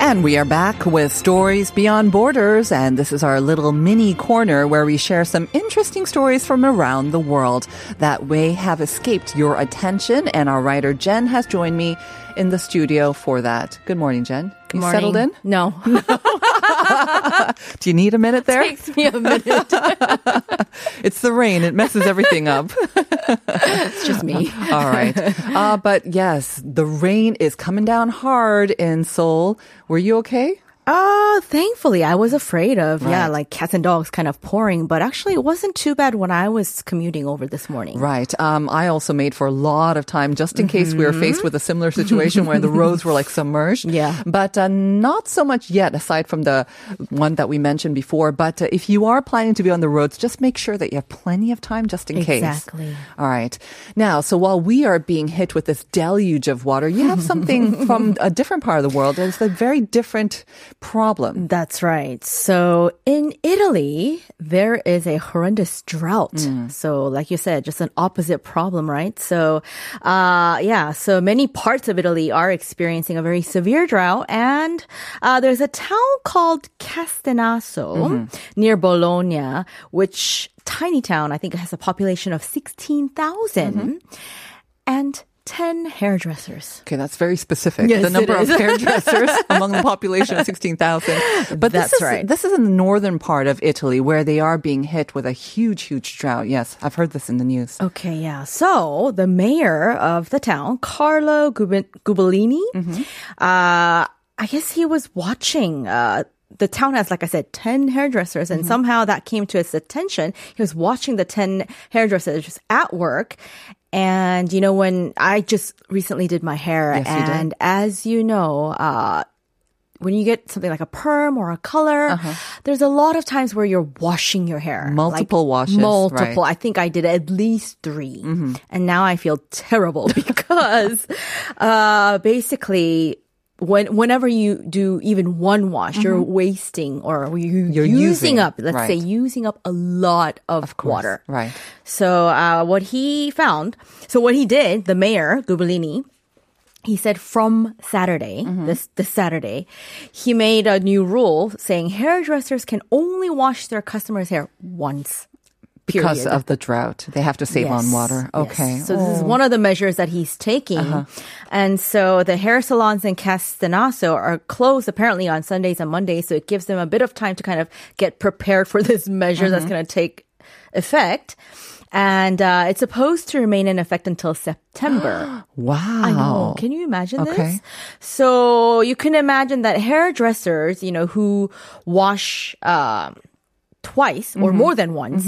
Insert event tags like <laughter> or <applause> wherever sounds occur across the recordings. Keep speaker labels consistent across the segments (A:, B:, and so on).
A: And we are back with Stories Beyond Borders, and this is our little mini corner where we share some interesting stories from around the world that may have escaped your attention. And our writer Jen has joined me in the studio for that. Good morning, Jen. you
B: morning.
A: settled in?
B: <laughs> No.
A: Do you need a minute
B: <laughs>
A: there?
B: takes me a minute.
A: It's the rain, it messes everything up.
B: It's just me.
A: All right. Uh, but yes, the rain is coming down hard in Seoul. Were you okay?
B: <laughs> Uh, thankfully, I was afraid of, yeah, like cats and dogs kind of pouring, but actually it wasn't too bad when I was commuting over this morning.
A: Right. Um, I also made for a lot of time just in case we were faced with a similar situation where the roads were like submerged.
B: Mm-hmm. <laughs> Yeah.
A: But uh, not so much yet, aside from the one that we mentioned before. But uh, if you are planning to be on the roads, just make sure that you have plenty of time just in case.
B: Exactly.
A: All right. Now, so while we are being hit with this deluge of water, you have something
B: <laughs>
A: from a different part of the world. It's a very different problem.
B: That's right. So in Italy, there is a horrendous drought. So, like you said, just an opposite problem, right? So, uh, yeah, so many parts of Italy are experiencing a very severe drought. And uh, there's a town called Castenaso near Bologna, which tiny town, I think it has a population of 16,000 and 10 hairdressers.
A: Okay, that's very specific.
B: Yes,
A: the number
B: it
A: of
B: is. <laughs>
A: hairdressers among the population of 16,000. But
B: That's
A: this is,
B: right.
A: This is in the northern part of Italy where they are being hit with a huge, huge drought. Yes, I've heard this in the news.
B: Okay, yeah. So the mayor of the town, Carlo Gubin- Gubellini,
A: Mm-hmm.
B: uh, I guess he was watching. Uh, the town has, like I said, 10 hairdressers,
A: Mm-hmm.
B: and somehow that came to his attention. He was watching the 10 hairdressers at work. And, you know, when I just recently did my hair,
A: Yes, you did.
B: and as you know, uh, when you get something like a perm or a color,
A: Uh-huh.
B: there's a lot of times where you're washing your hair.
A: Multiple washes,
B: Multiple.
A: right.
B: I think I did at least 3
A: Mm-hmm.
B: And now I feel terrible <laughs> because uh, basically, when, whenever you do even one wash, you're wasting or you
A: Mm-hmm. You're using,
B: using, up, let's say
A: right.
B: using up a lot of, water.
A: Right.
B: So uh, what he found, so what he did, the mayor Gubellini, he said from Saturday,
A: Mm-hmm.
B: this this Saturday, he made a new rule saying hairdressers can only wash their customers' hair once.
A: Because
B: period.
A: of the drought, they have to save on
B: Yes,
A: water.
B: yes.
A: Okay. Oh. Uh-huh.
B: So this is one of the measures that he's taking. And so the hair salons in Castenaso are closed apparently on Sundays and Mondays. So it gives them a bit of time to kind of get prepared for this <laughs> measure that's
A: Uh-huh.
B: going to take effect. And uh, it's supposed to remain in effect until September.
A: <gasps>
B: <gasps>
A: wow.
B: I know. Can you imagine
A: Oh. Okay.
B: this? So you can imagine that hairdressers, you know, who wash um twice or
A: Mm-hmm.
B: more than once.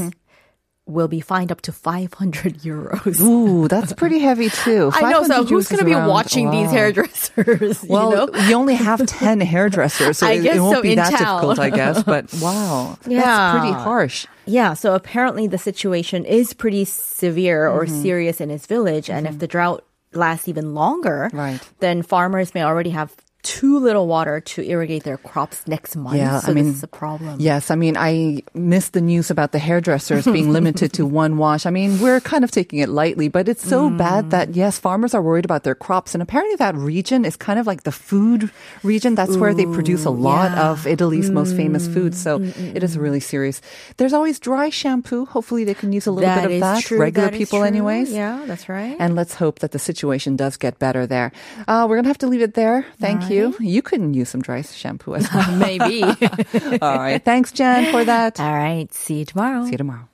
B: Will be fined up to 500 euros.
A: Ooh, that's pretty heavy too.
B: I know. So
A: 500
B: who's going to
A: euros
B: be
A: around-
B: watching these
A: wow.
B: hairdressers? <laughs>
A: Well,
B: you know?
A: you only have 10 hairdressers, so
B: <laughs> I
A: it,
B: guess
A: it won't
B: so
A: be
B: in
A: that
B: town.
A: difficult, I guess.
B: <laughs>
A: But wow. That's pretty
B: Yeah.
A: harsh.
B: Yeah, so apparently the situation is pretty severe or
A: Mm-hmm.
B: serious in his village. And if the drought lasts even longer,
A: Right.
B: then farmers may already have too little water to irrigate their crops next month.
A: Yeah,
B: so
A: I mean,
B: this is a problem.
A: Yes, I mean, I missed the news about the hairdressers being limited
B: <laughs>
A: to one wash. I mean, we're kind of taking it lightly, but it's so
B: Mm.
A: bad that, yes, farmers are worried about their crops. And apparently, that region is kind of like the food region. That's where they produce a lot
B: yeah. Mm,
A: of Italy's most famous foods. So it is really serious. There's always dry shampoo. Hopefully, they can use a little bit of
B: is
A: that.
B: true.
A: Regular
B: That is
A: people,
B: true.
A: anyways.
B: Yeah,
A: <laughs>
B: that's right.
A: And let's hope that the situation does get better there. Uh, we're going to have to leave it there. Thank you. You couldn't use some dry shampoo
B: <laughs>
A: as well.
B: Maybe.
A: All right. Thanks, Jen, for
B: <laughs>
A: that.
B: All right. See you tomorrow.
A: See you tomorrow.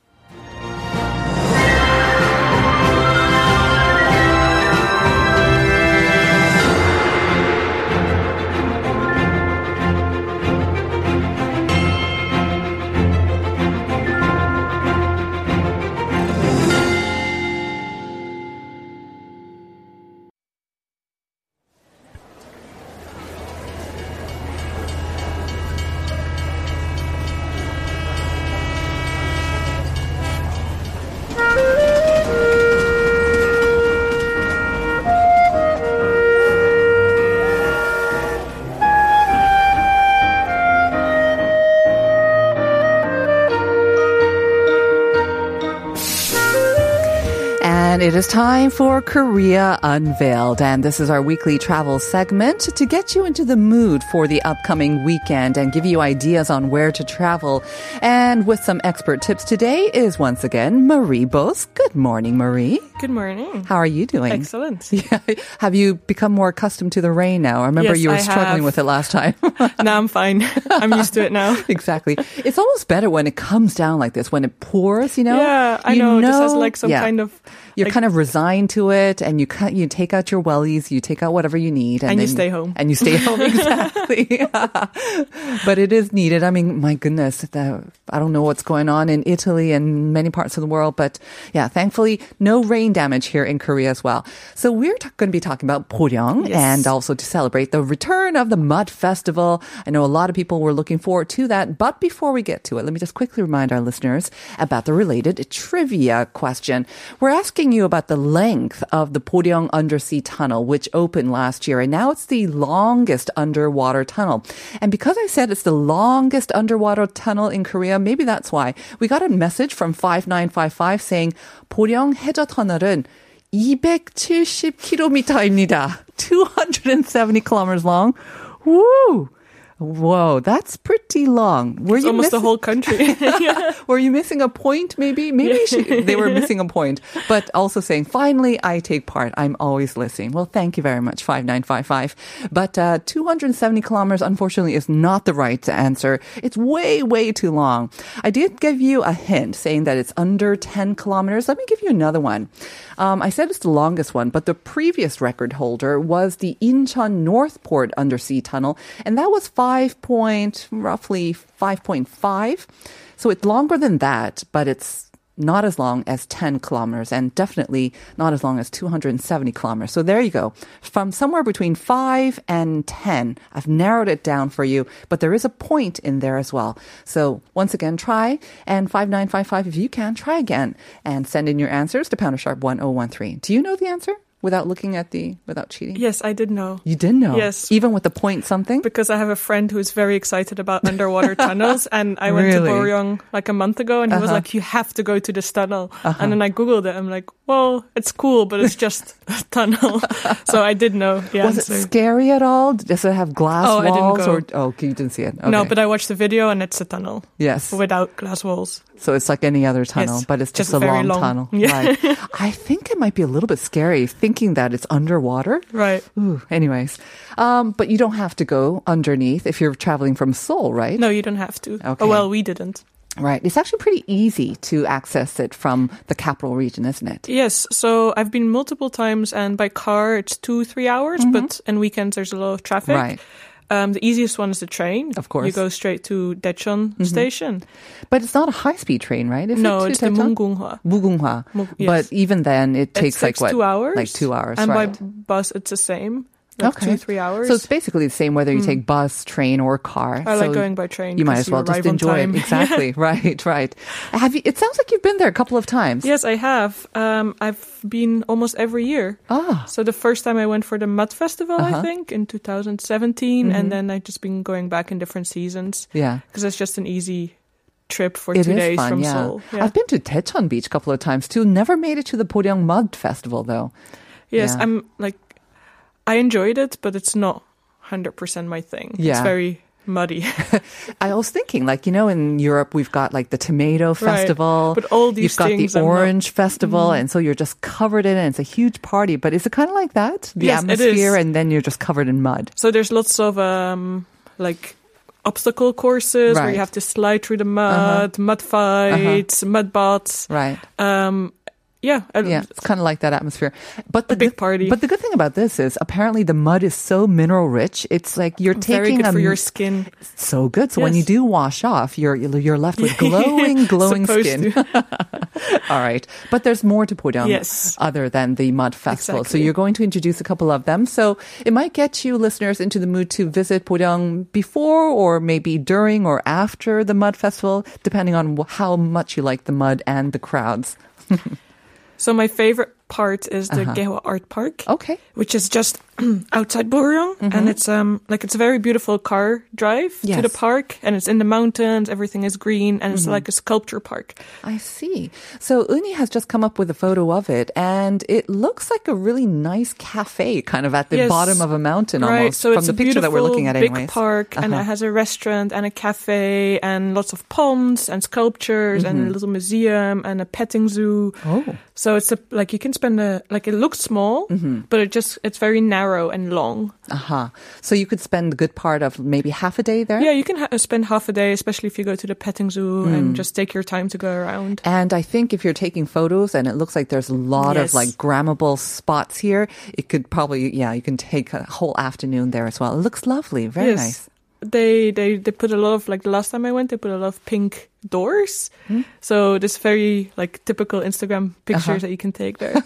A: it is time for Korea Unveiled, and this is our weekly travel segment to get you into the mood for the upcoming weekend and give you ideas on where to travel. And with some expert tips today is once again Marie Bose. Good morning, Marie.
C: Good morning.
A: How are you doing?
C: <laughs> Excellent.
A: Yeah. <laughs> Have you become more accustomed to the rain now? I remember
C: Yes,
A: you were
C: I
A: struggling
C: have.
A: with it last time. <laughs>
C: now I'm fine. <laughs> I'm used to it now.
A: exactly. It's almost better when it comes down like this, when it pours, you know?
C: Yeah, I
A: You
C: know. It just has like some
A: yeah.
C: kind of.
A: You're
C: like-
A: kind of resigned to it, and you cut, you take out your wellies, you take out whatever you need,
C: And you
A: then-
C: stay home.
A: and you stay
C: <laughs>
A: home exactly. <laughs> But it is needed. I mean, my goodness, the, I don't know what's going on in Italy and many parts of the world, but yeah, thankfully, no rain damage here in Korea as well. So we're going to be talking about Poryong
C: Yes.
A: and also to celebrate the return of the Mud Festival. I know a lot of people were looking forward to that, but before we get to it, let me just quickly remind our listeners about the related trivia question. We're asking you about the length of the Poryong undersea tunnel, which opened last year, and now it's the longest underwater tunnel. And because I said it's the longest underwater tunnel in Korea, maybe that's why we got a message from 5955 saying Poryong 해저 터널은 270km입니다. 270 kilometers long. Woo! Whoa, that's pretty long. Were
C: It's
A: you
C: almost the
A: missing-
C: whole
A: <laughs>
C: country.
A: Were you missing a point? Maybe, maybe she, they were missing a point. But also saying, finally, I take part. I'm always listening. Well, thank you very much, five nine five five. But uh, 270 kilometers, unfortunately, is not the right answer. It's way, way too long. I did give you a hint saying that it's under 10 kilometers. Let me give you another one. Um, I said it's the longest one, but the previous record holder was the Incheon Northport undersea tunnel, and that was five point, roughly 5.5. So it's longer than that, but it's not as long as 10 kilometers and definitely not as long as 270 kilometers. So there you go. From somewhere between 5 and 10. I've narrowed it down for you, but there is a point in there as well. So once again, try and 5955 if you can, try again and send in your answers to pounder sharp 1013. Do you know the answer without looking at the, without cheating?
C: <laughs> yes, I did know.
A: You did know.
C: Yes.
A: Even with the point something?
C: Because I have a friend who's very excited about
A: <laughs>
C: underwater tunnels, and I went
A: Really? Uh-huh.
C: to Boryong like a month ago, and he was like, "You have to go to this tunnel." And then I googled it. I'm like, "Well, it's cool, but
A: <laughs>
C: it's just a tunnel." <laughs> so I did know the
A: Was
C: answer.
A: it scary at all? Does it have glass
C: Oh, I didn't
A: walls?
C: go.
A: Or, oh, okay, you didn't see it. Okay.
C: No, but I watched the video, and it's a tunnel
A: Yes.
C: without glass walls.
A: So it's like any other tunnel,
C: Yes,
A: but it's just,
C: just
A: a
C: very
A: long,
C: long.
A: tunnel.
C: Yeah. <laughs>
A: Right. I think it might be a little bit scary thinking that it's underwater.
C: Right.
A: Ooh, anyways, um, but you don't have to go underneath if you're traveling from Seoul, right?
C: No, you don't have to.
A: Okay.
C: Oh, well, we didn't.
A: Right. It's actually pretty easy to access it from the capital region, isn't it?
C: Yes, so I've been multiple times, and by car it's two, three hours, but in weekends there's a lot of traffic.
A: Mm-hmm. Right.
C: Um, the easiest one is the train.
A: Of course.
C: You go straight to Daecheon Station.
A: But it's not a high-speed train, right? Is
C: no,
A: it to
C: it's the
A: Daejeon?
C: Mungunghwa.
A: Mugunghwa.
C: Mug-
A: But
C: yes.
A: even then, it takes, like what?
C: two hours.
A: Like two hours,
C: And
A: right?
C: by bus it's the same. Like two, three hours. Hmm.
A: So it's basically the same whether you take bus, train, or car.
C: I like
A: So
C: going by train
A: You might
C: 'cause
A: as well
C: you
A: just
C: arrive on
A: enjoy it.
C: time. <laughs>
A: Exactly. <laughs> right. Right. Have you? It sounds like you've been there a couple of times.
C: Yes, I have. Um, I've been almost every year.
A: Ah. Uh-huh.
C: So the first time I went for the Mud Festival, I think, in 2017,
A: Mm-hmm.
C: and then I've just been going back in different seasons.
A: Yeah.
C: Because it's just an easy trip for
A: It is
C: two days
A: fun,
C: from
A: yeah.
C: Seoul. Yeah.
A: I've been to Daejeon Beach a couple of times too. Never made it to the Poryang Mud Festival though.
C: yes,
A: yeah.
C: I'm like, I enjoyed it, but it's not 100% my thing.
A: Yeah.
C: It's very muddy.
A: <laughs>
C: <laughs>
A: I was thinking, like you know, in Europe we've got like the Tomato Festival,
C: But all these
A: you've got
C: things
A: the
C: I'm not- Mm-hmm.
A: Orange Festival, and so you're just covered in it. It's a huge party, but is it kind of like that? The
C: Yes, it is.
A: atmosphere, and then you're just covered in mud.
C: so there's lots of um, like obstacle courses
A: Right. Uh-huh.
C: where you have to slide through the mud, mud fights, mud baths.
A: Right.
C: Um, yeah, uh,
A: Yeah, it's kind of like that atmosphere. But the
C: big
A: good-
C: party.
A: But the good thing about this is apparently the mud is so mineral rich. It's like you're
C: very
A: taking a
C: good for your skin.
A: so good. So when you
C: Yes.
A: do wash off, you're you're left
C: <laughs>
A: with glowing, glowing
C: Supposed
A: skin. <laughs> All right, but there's more to put on
C: Yes.
A: other than the mud festival. So
C: Exactly.
A: you're going to introduce a couple of them. So it might get you listeners into the mood to visit Podong before or maybe during or after the mud festival, depending on wh- how much you like the mud and the crowds.
C: So my favorite part is
A: Uh-huh.
C: the Gewa Art Park.
A: Okay.
C: Which is just <clears throat> outside Borong, and it's um like it's a very beautiful car drive to
A: Mm-hmm.
C: the
A: Yes. Mm-hmm.
C: park, and it's in the mountains. Everything is green, and it's like a sculpture park.
A: I see. So Uni has just come up with a photo of it, and it looks like a really nice cafe, kind of at the
C: Yes.
A: bottom of a mountain,
C: right.
A: almost
C: So
A: from
C: it's
A: the
C: a
A: picture that we're looking
C: beautiful
A: at,
C: big
A: anyways. Uh-huh.
C: park, and it has a restaurant and a cafe and lots of ponds and sculptures and a little museum and a petting zoo.
A: Mm-hmm. Oh.
C: So it's a, like you can spend a like it looks small,
A: Mm-hmm.
C: but it just it's very narrow and long.
A: Uh-huh. So you could spend a good part of maybe half a day there.
C: Yeah, you can ha- uh, spend half a day, especially if you go to the petting zoo
A: Hmm.
C: and just take your time to go around.
A: And I think if you're taking photos and it looks like there's a lot of
C: Yes.
A: like grammable spots here, it could probably, yeah, you can take a whole afternoon there as well. It looks lovely. Very nice.
C: They they they put a lot of like the last time I went, they put a lot of pink doors.
A: Hmm.
C: So this very like typical Instagram pictures
A: Uh-huh.
C: that you can take
A: <laughs>
C: there.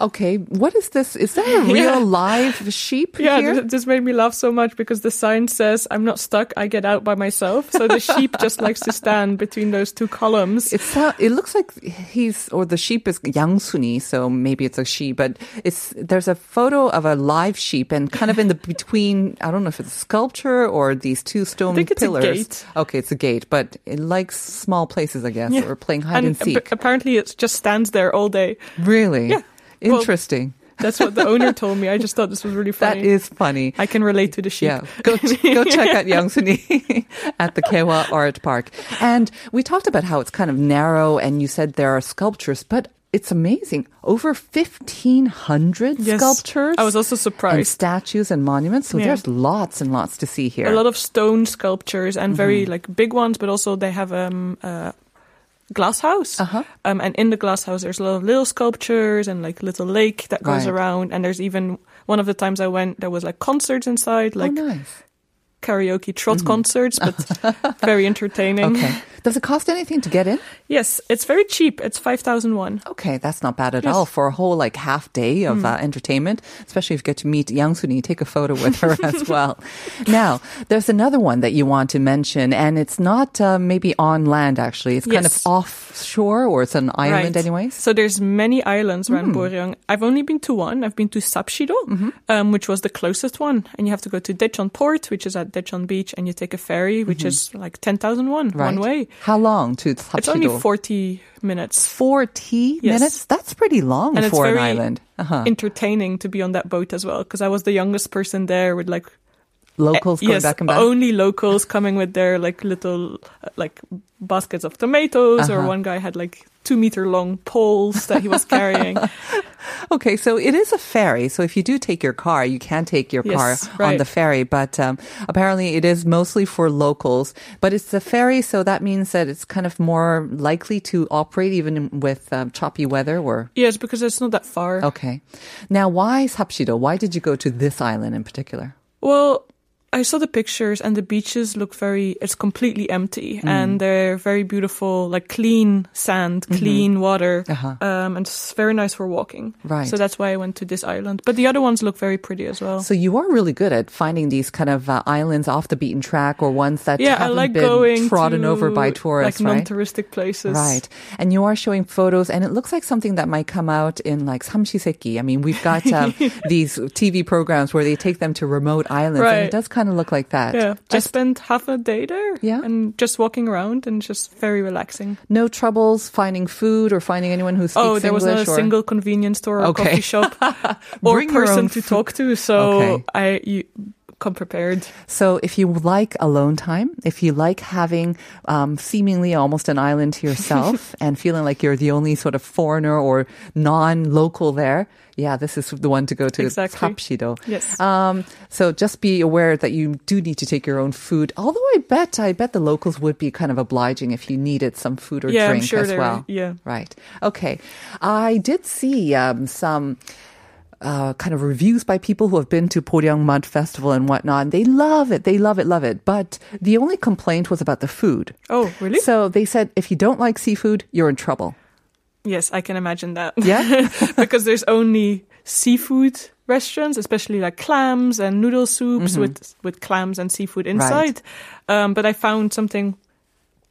A: Okay. What is this? Is that a real
C: <laughs> Yeah.
A: live sheep
C: yeah,
A: here?
C: th- this made me laugh so much because the sign says I'm not stuck, I get out by myself. So
A: <laughs>
C: the sheep just likes to stand between those two columns.
A: It sound, it looks like he's or the sheep is Yangsuni, so maybe it's a she, but it's there's a photo of a live sheep and kind of in
C: <laughs>
A: the between I don't know if it's a sculpture or these two stone
C: think it's a
A: pillars.
C: gate.
A: Okay, it's a gate, but it likes small places, I guess,
C: Yeah.
A: or playing hide and,
C: and ap-
A: seek.
C: apparently it just stands there all day.
A: really?
C: Yeah. Well,
A: Interesting.
C: That's what the owner told me. I just thought this was really
A: That
C: funny.
A: is funny.
C: I can relate to the sheep. <laughs>
A: Yeah, go go check out Yangsuni <laughs> at the Kewa Art Park. And we talked about how it's kind of narrow, and you said there are sculptures, but it's amazing. Over fifteen hundred
C: Yes.
A: sculptures.
C: I was also
A: and
C: surprised.
A: statues and monuments. So
C: Yeah.
A: there's lots and Mm-hmm. lots to see here.
C: A lot of stone sculptures and very like big ones, but also they have um uh, glass house.
A: Uh-huh.
C: Um, and in the glass house, there's a lot of little sculptures and like little lake that goes
A: Right.
C: around. And there's even one of the times I went, there was like concerts inside, like
A: oh, nice.
C: karaoke trot
A: <laughs>
C: concerts, but very entertaining. <laughs>
A: Okay. Does it cost anything to get in?
C: Yes, it's very cheap. It's five thousand one.
A: Okay, that's not bad at
C: Yes.
A: all
C: Hmm.
A: for a whole like half day of uh, entertainment, especially if you get to meet Yang Suni, take a photo with her
C: <laughs>
A: as well. Now, there's another one that you want to mention, and it's not uh, maybe on land actually. It's kind of
C: Yes.
A: offshore or it's an island, anyways. Hmm.
C: So there's many islands around Boryong. I've only been to one. I've been to Sapshido,
A: Mm-hmm.
C: um, which was the closest one, and you have to go to Dechon Port, which is at Dechon Beach, and you take a ferry, which
A: Mm-hmm.
C: is like ten thousand one one way.
A: How long to Sapshido?
C: It's only forty minutes,
A: 40
C: Yes.
A: minutes? That's pretty long
C: and it's
A: for
C: very
A: an island. Uh-huh.
C: entertaining to be on that boat as well. Because I was the youngest person there with like eh,
A: Locals going
C: yes, Oh,
A: back and back.
C: only locals coming with their like little uh, like baskets of tomatoes, or
A: Uh-huh.
C: one guy had like two meter long poles that he was
A: <laughs>
C: carrying.
A: Okay, so it is a ferry. So if you do take your car, you can take your car
C: Yes,
A: on
C: right.
A: the ferry. But um, apparently, it is mostly for locals. But it's a ferry, so that means that it's kind of more likely to operate even with um, choppy weather. Or
C: yes, because it's not that far.
A: okay, now why Sapshido? Why did you go to this island in particular?
C: Well, I saw the pictures and the beaches look very it's completely empty
A: Mm.
C: and they're very beautiful, like clean sand,
A: Mm-hmm.
C: clean water. Um and it's very nice for walking.
A: Uh-huh. Right.
C: So that's why I went to this island. But the other ones look very pretty as well.
A: So you are really good at finding these kind of uh, islands off the beaten track or ones that
C: yeah, I
A: haven't
C: like
A: been
C: going
A: trodden
C: to,
A: over by tourists,
C: like
A: right?
C: non-touristic places.
A: Right. And you are showing photos, and it looks like something that might come out in like Samshiseki. I mean, we've got
C: <laughs>
A: um, these TV programs where they take them to remote islands, and it
C: Right.
A: does kind of look like that.
C: Yeah, I
A: Just
C: spent half a day there.
A: Yeah.
C: and just walking around and just very relaxing.
A: no troubles finding food or finding anyone who speaks
C: oh, there was
A: English.
C: not a
A: or...
C: single convenience store or
A: Okay.
C: coffee
A: <laughs>
C: shop or
A: Bring your own
C: person
A: food.
C: to talk to. So
A: Okay.
C: I you, come prepared.
A: So, if you like alone time, if you like having um, seemingly almost an island to
C: <laughs>
A: yourself and feeling like you're the only sort of foreigner or non-local there, yeah, this is the one to go to.
C: Exactly.
A: Tapshido.
C: Yes.
A: Um, so just be aware that you do need to take your own food. Although I bet, I bet the locals would be kind of obliging if you needed some food or
C: Yeah, I'm
A: drink
C: sure
A: as
C: they're-
A: well.
C: yeah.
A: Right. Okay. I did see um, some uh, kind of reviews by people who have been to Poryang Mud Festival and whatnot. And they love it. They love it, love it. But the only complaint was about the food.
C: Oh, really?
A: So they said, if you don't like seafood, you're in trouble.
C: yes, I can imagine that.
A: Yeah?
C: <laughs> because there's only seafood restaurants, especially like clams and noodle soups
A: Mm-hmm.
C: with with clams and seafood inside. Um, but I found something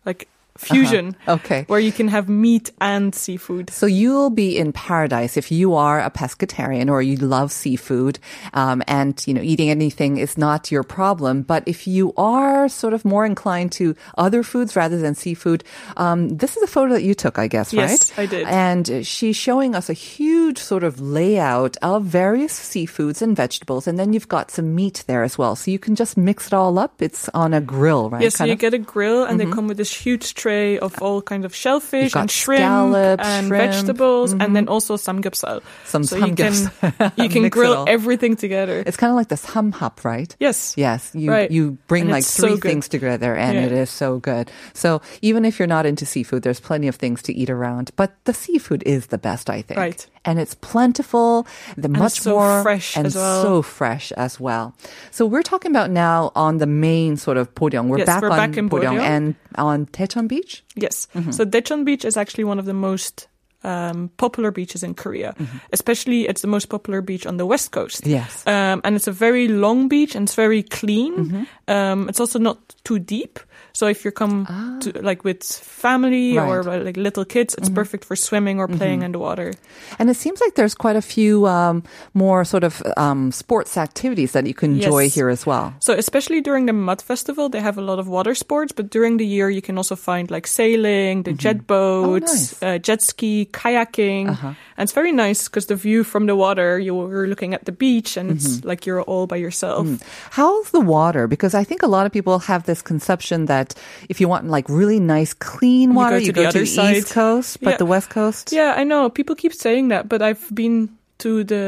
C: like fusion.
A: Uh-huh. Okay.
C: Where you can have meat and seafood.
A: So you'll be in paradise if you are a pescatarian or you love seafood, um, and you know eating anything is not your problem. But if you are sort of more inclined to other foods rather than seafood, um, this is a photo that you took, I guess,
C: Yes,
A: right?
C: I did.
A: And she's showing us a huge sort of layout of various seafoods and vegetables, and then you've got some meat there as well, so you can just mix it all up. It's on a grill, right?
C: Yeah, so
A: Kind of-
C: you get a grill, and they come with this huge tray of all kinds of shellfish
A: Mm-hmm. got
C: and shrimp
A: scallops,
C: and
A: shrimp, Mm-hmm.
C: vegetables, and then also samgyeopsal.
A: Some
C: so you can
A: samgyeopsal. <laughs>
C: you can
A: Mix it
C: grill
A: all.
C: everything together.
A: It's kind of like the samhap, right?
C: yes.
A: Yes, you
C: Right.
A: you bring
C: And
A: like
C: it's so
A: three
C: good.
A: things together, and
C: Yeah.
A: it is so good. So even if you're not into seafood, there's plenty of things to eat around. But the seafood is the best, I think.
C: Right.
A: and it's plentiful, the much
C: it's so
A: more
C: fresh
A: and
C: as well.
A: so fresh as well. So we're talking about now on the main sort of Poryong. We're
C: Yes,
A: back
C: we're
A: on
C: back in
A: Poryong and
C: Poryong.
A: on Daejeon Beach.
C: Yes.
A: Mm-hmm.
C: So Daejeon Beach is actually one of the most um, popular beaches in Korea. Especially, it's the most popular beach on the west coast.
A: Mm-hmm. Yes. Mm-hmm.
C: Um, and it's a very long beach and it's very clean. Um, it's also not too deep. So if you come to, like with family
A: Ah.
C: or
A: Right. Mm-hmm.
C: like little kids, it's perfect for swimming or playing in the water.
A: And it seems like there's quite a few um, more sort of um, sports activities that you can enjoy
C: Yes.
A: here as well.
C: So especially during the Mud Festival, they have a lot of water sports, but during the year you can also find like sailing, the
A: Mm-hmm.
C: jet
A: Oh,
C: boats, uh, jet ski, kayaking.
A: Uh-huh.
C: And it's very nice because the view from the water, you're looking at the beach and
A: Mm-hmm.
C: it's like you're all by yourself.
A: Mm. How's the water? Because I think a lot of people have this conception that if you want like really nice, clean water,
C: to
A: you
C: the
A: go to
C: other
A: the
C: side.
A: East Coast, but
C: Yeah.
A: the West Coast.
C: Yeah, I know. People keep saying that, but I've been to the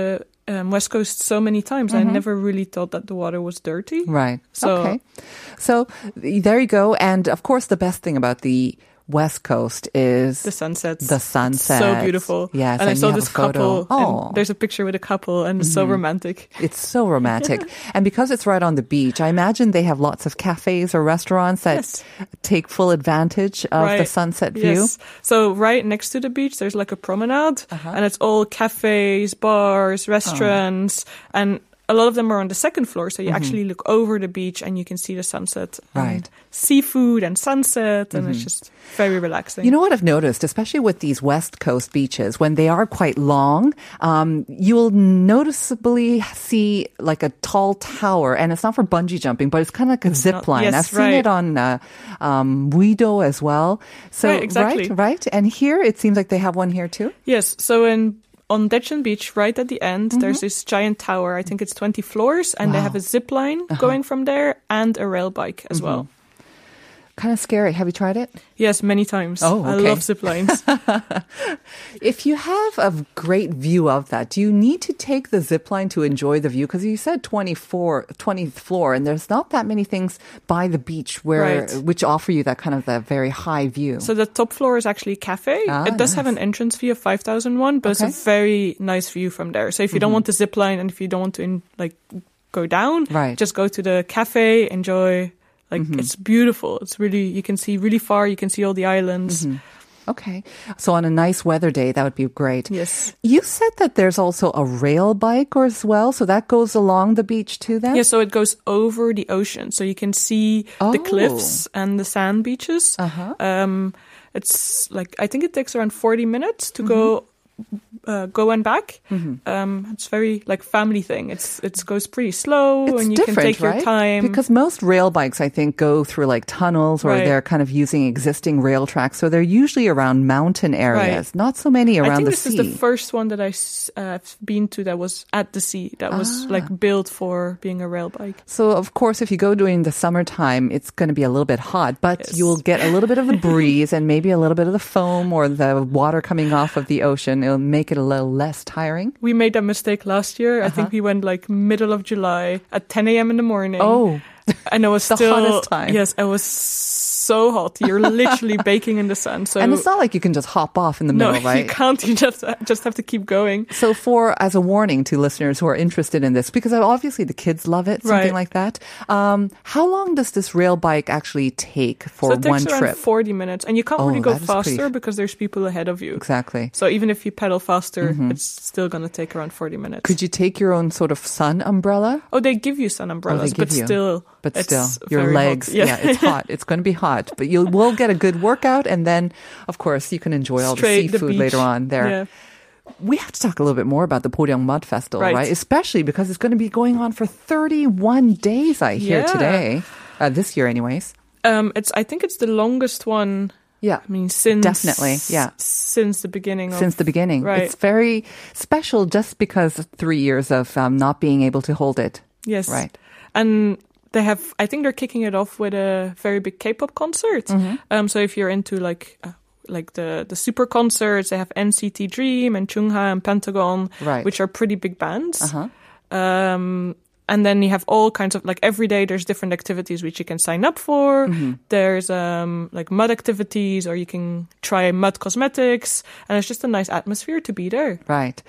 C: um, West Coast so many times. I never really thought that the water was dirty.
A: Mm-hmm. Right.
C: So-
A: okay. So there you go. And of course, the best thing about the West Coast is
C: The sunsets.
A: The
C: It's
A: sunsets.
C: So beautiful.
A: Yes,
C: And, I
A: and you
C: saw
A: have
C: this
A: a photo.
C: couple. and
A: Oh. Mm-hmm.
C: There's a picture with a couple and it's so romantic.
A: It's
C: <laughs>
A: so romantic. and because it's right on the beach, I imagine they have lots of cafes or restaurants that
C: Yes.
A: take full advantage of the
C: Right.
A: sunset view. Uh-huh.
C: Yes. So right next to the beach, there's like a promenade, and it's all
A: Oh.
C: cafes, bars, restaurants, and a lot of them are on the second floor. So you actually look over the beach and you can see the sunset,
A: Mm-hmm. Right. Mm-hmm.
C: and Seafood and sunset, and it's just very relaxing.
A: You know what I've noticed, especially with these West Coast beaches, when they are quite long, um, you'll noticeably see like a tall tower, and it's not for bungee jumping, but it's kind of like a zip
C: not-
A: line.
C: yes,
A: I've seen it
C: right.
A: on uh, um, Guido as well. So
C: Right, exactly.
A: right, right, and here it seems like they have one here too.
C: Yes. So in on Dechen Beach, right at the end, there's
A: Mm-hmm.
C: this giant tower. I think it's 20 floors, and they have a zip line
A: Uh-huh.
C: going from there and a rail bike as
A: Mm-hmm.
C: well.
A: Kind of scary. Have you tried it?
C: Yes, many times.
A: Oh,
C: I
A: okay.
C: love zip
A: <laughs>
C: lines.
A: If you have a great view of that, do you need to take the zip line to enjoy the view? Because you said 24, 20th floor, and there's not that many things by the beach where
C: Right.
A: which offer you that kind of that very high view.
C: So the top floor is actually a cafe.
A: Ah,
C: it does have an entrance fee of 5,001, but
A: Okay. Mm-hmm.
C: it's a very nice view from there. So if you don't want the zip line and if you don't want to in, like go down,
A: Right. Mm-hmm.
C: just go to the cafe, enjoy like it's beautiful. It's really you can see really far, you can see all the islands.
A: Mm-hmm. okay, so on a nice weather day, that would be great.
C: Yes.
A: You said that there's also a rail bike or as well, so that goes along the beach too. Then
C: Yeah, so it goes over the ocean, so you can see the
A: Oh.
C: cliffs and the sand beaches. Uh-huh. Um, it's like I think it takes around forty minutes to go.
A: Mm-hmm.
C: Uh, go and back. Um, it's very like family thing. It's it goes pretty slow,
A: It's
C: and you can
A: different,
C: take
A: right?
C: your time.
A: Because most rail bikes, I think, go through like tunnels or
C: Right.
A: they're kind of using existing rail tracks. So they're usually around mountain areas, not so many around the
C: I think this
A: sea.
C: is the first one that I've uh, have been to that was at the sea. That
A: Ah.
C: was like built for being a rail bike.
A: so, of course, if you go during the summertime, it's going to be a little bit hot, but
C: Yes.
A: you'll get a little bit
C: <laughs>
A: of the breeze and maybe a little bit of the foam or the water coming off of the ocean. It'll make it a little less tiring.
C: We made that mistake last year.
A: Uh-huh.
C: I think we went like middle of July at 10 a.m. in the morning.
A: Oh.
C: and it was
A: The
C: still
A: hottest time.
C: Yes, it was so hot. You're
A: <laughs>
C: literally baking in the sun. So
A: And it's not like you can just hop off in the
C: no,
A: middle, right?
C: <laughs> you can't. You just just have to keep going.
A: So, for as a warning to listeners who are interested in this, because obviously the kids love it, something
C: Right.
A: like that. Um, how long does this rail bike actually take for
C: So it
A: one
C: takes
A: trip?
C: around 40 minutes, and you can't
A: Oh,
C: really go
A: that is pretty-
C: faster because there's people ahead of you.
A: exactly. Mm-hmm.
C: So even if you pedal faster, it's still going to take around 40 minutes.
A: Could you take your own sort of sun umbrella?
C: oh, they give you sun
A: Oh, they
C: umbrellas,
A: give
C: but
A: you.
C: still,
A: but
C: it's
A: still, your
C: very hot. <laughs>
A: legs. Yeah, it's hot. It's going to be hot. much, but you will get a good workout, and then, of course, you can enjoy all
C: Straight
A: the
C: the
A: seafood
C: beach.
A: later on there.
C: Yeah.
A: We have to talk a little bit more about the Poryang Mud Festival, right.
C: Right.
A: Especially because it's going to be going on for 31 days, I hear
C: Yeah.
A: today. Uh, this year, anyways.
C: Um, it's I think it's the longest one.
A: Yeah.
C: I mean, since
A: Definitely, yeah.
C: since the beginning. Of,
A: since the beginning.
C: Right.
A: It's very special just because of three years of um, not being able to hold it.
C: yes,
A: Right.
C: And they have. I think they're kicking it off with a very big K-pop concert.
A: Mm-hmm.
C: Um, so if you're into like. Uh, like the the super concerts, they have NCT Dream and Chungha and Pentagon,
A: Right. Uh-huh.
C: which are pretty big bands. Um, and then you have all kinds of like every day there's different activities which you can sign up for.
A: Mm-hmm.
C: There's um, like mud activities or you can try mud cosmetics. And it's just a nice atmosphere to be there.
A: Right.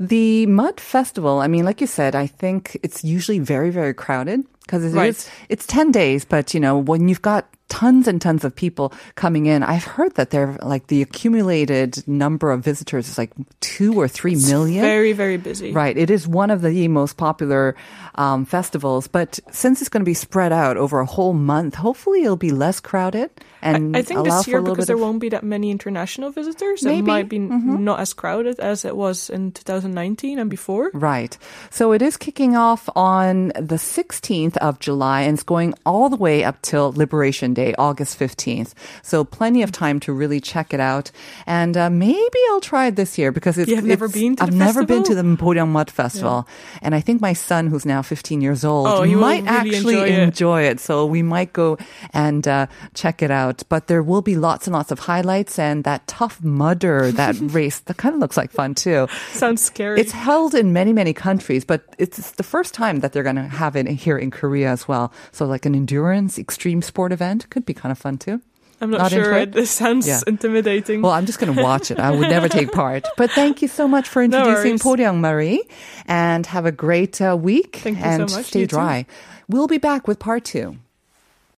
A: The Mud Festival, I mean, like you said, I think it's usually very, very crowded because it
C: Right.
A: is- it's 10 days, but you know, when you've got tons and tons of people coming in, I've heard that they're like the accumulated number of visitors is like two or three million.
C: Very, very busy.
A: Right. It is one of the most popular um, festivals, but since it's going to be spread out over a whole month, hopefully it'll be less crowded and
C: I think
A: allow
C: this year
A: for a little bit
C: because there
A: of,
C: won't be that many international visitors,
A: Maybe. Mm-hmm.
C: it might be not as crowded as it was in 2019 and before.
A: Right. So it is kicking off on the 16th of July and it's going all the way up till Liberation Day, August 15th. So plenty of time to really check it out. And uh, maybe I'll try it this year because it's.
C: You have never
A: it's-
C: been to
A: I've
C: the
A: never been to the
C: festival?
A: Mporyang Mud Festival. And I think my son, who's now 15 years old,
C: Oh, he will
A: might
C: really
A: actually
C: enjoy it.
A: enjoy it. So we might go and uh, check it out. But there will be lots and lots of highlights and that tough mudder,
C: <laughs>
A: that race, that kind of looks like fun too.
C: Sounds scary.
A: It's held in many, many countries, but it's the first time that they're going to have it here in Korea as well. So, like an endurance extreme sport event could be kind of fun too.
C: I'm not,
A: not into
C: sure. <laughs>
A: it?
C: It, sounds
A: Yeah.
C: intimidating.
A: Well, I'm just going to watch it. I would never take part. But thank you so much for
C: No
A: introducing
C: worries.
A: Poryang Marie and have a great uh, week
C: Thank you so
A: and
C: much.
A: stay
C: You too.
A: dry. We'll be back with part two.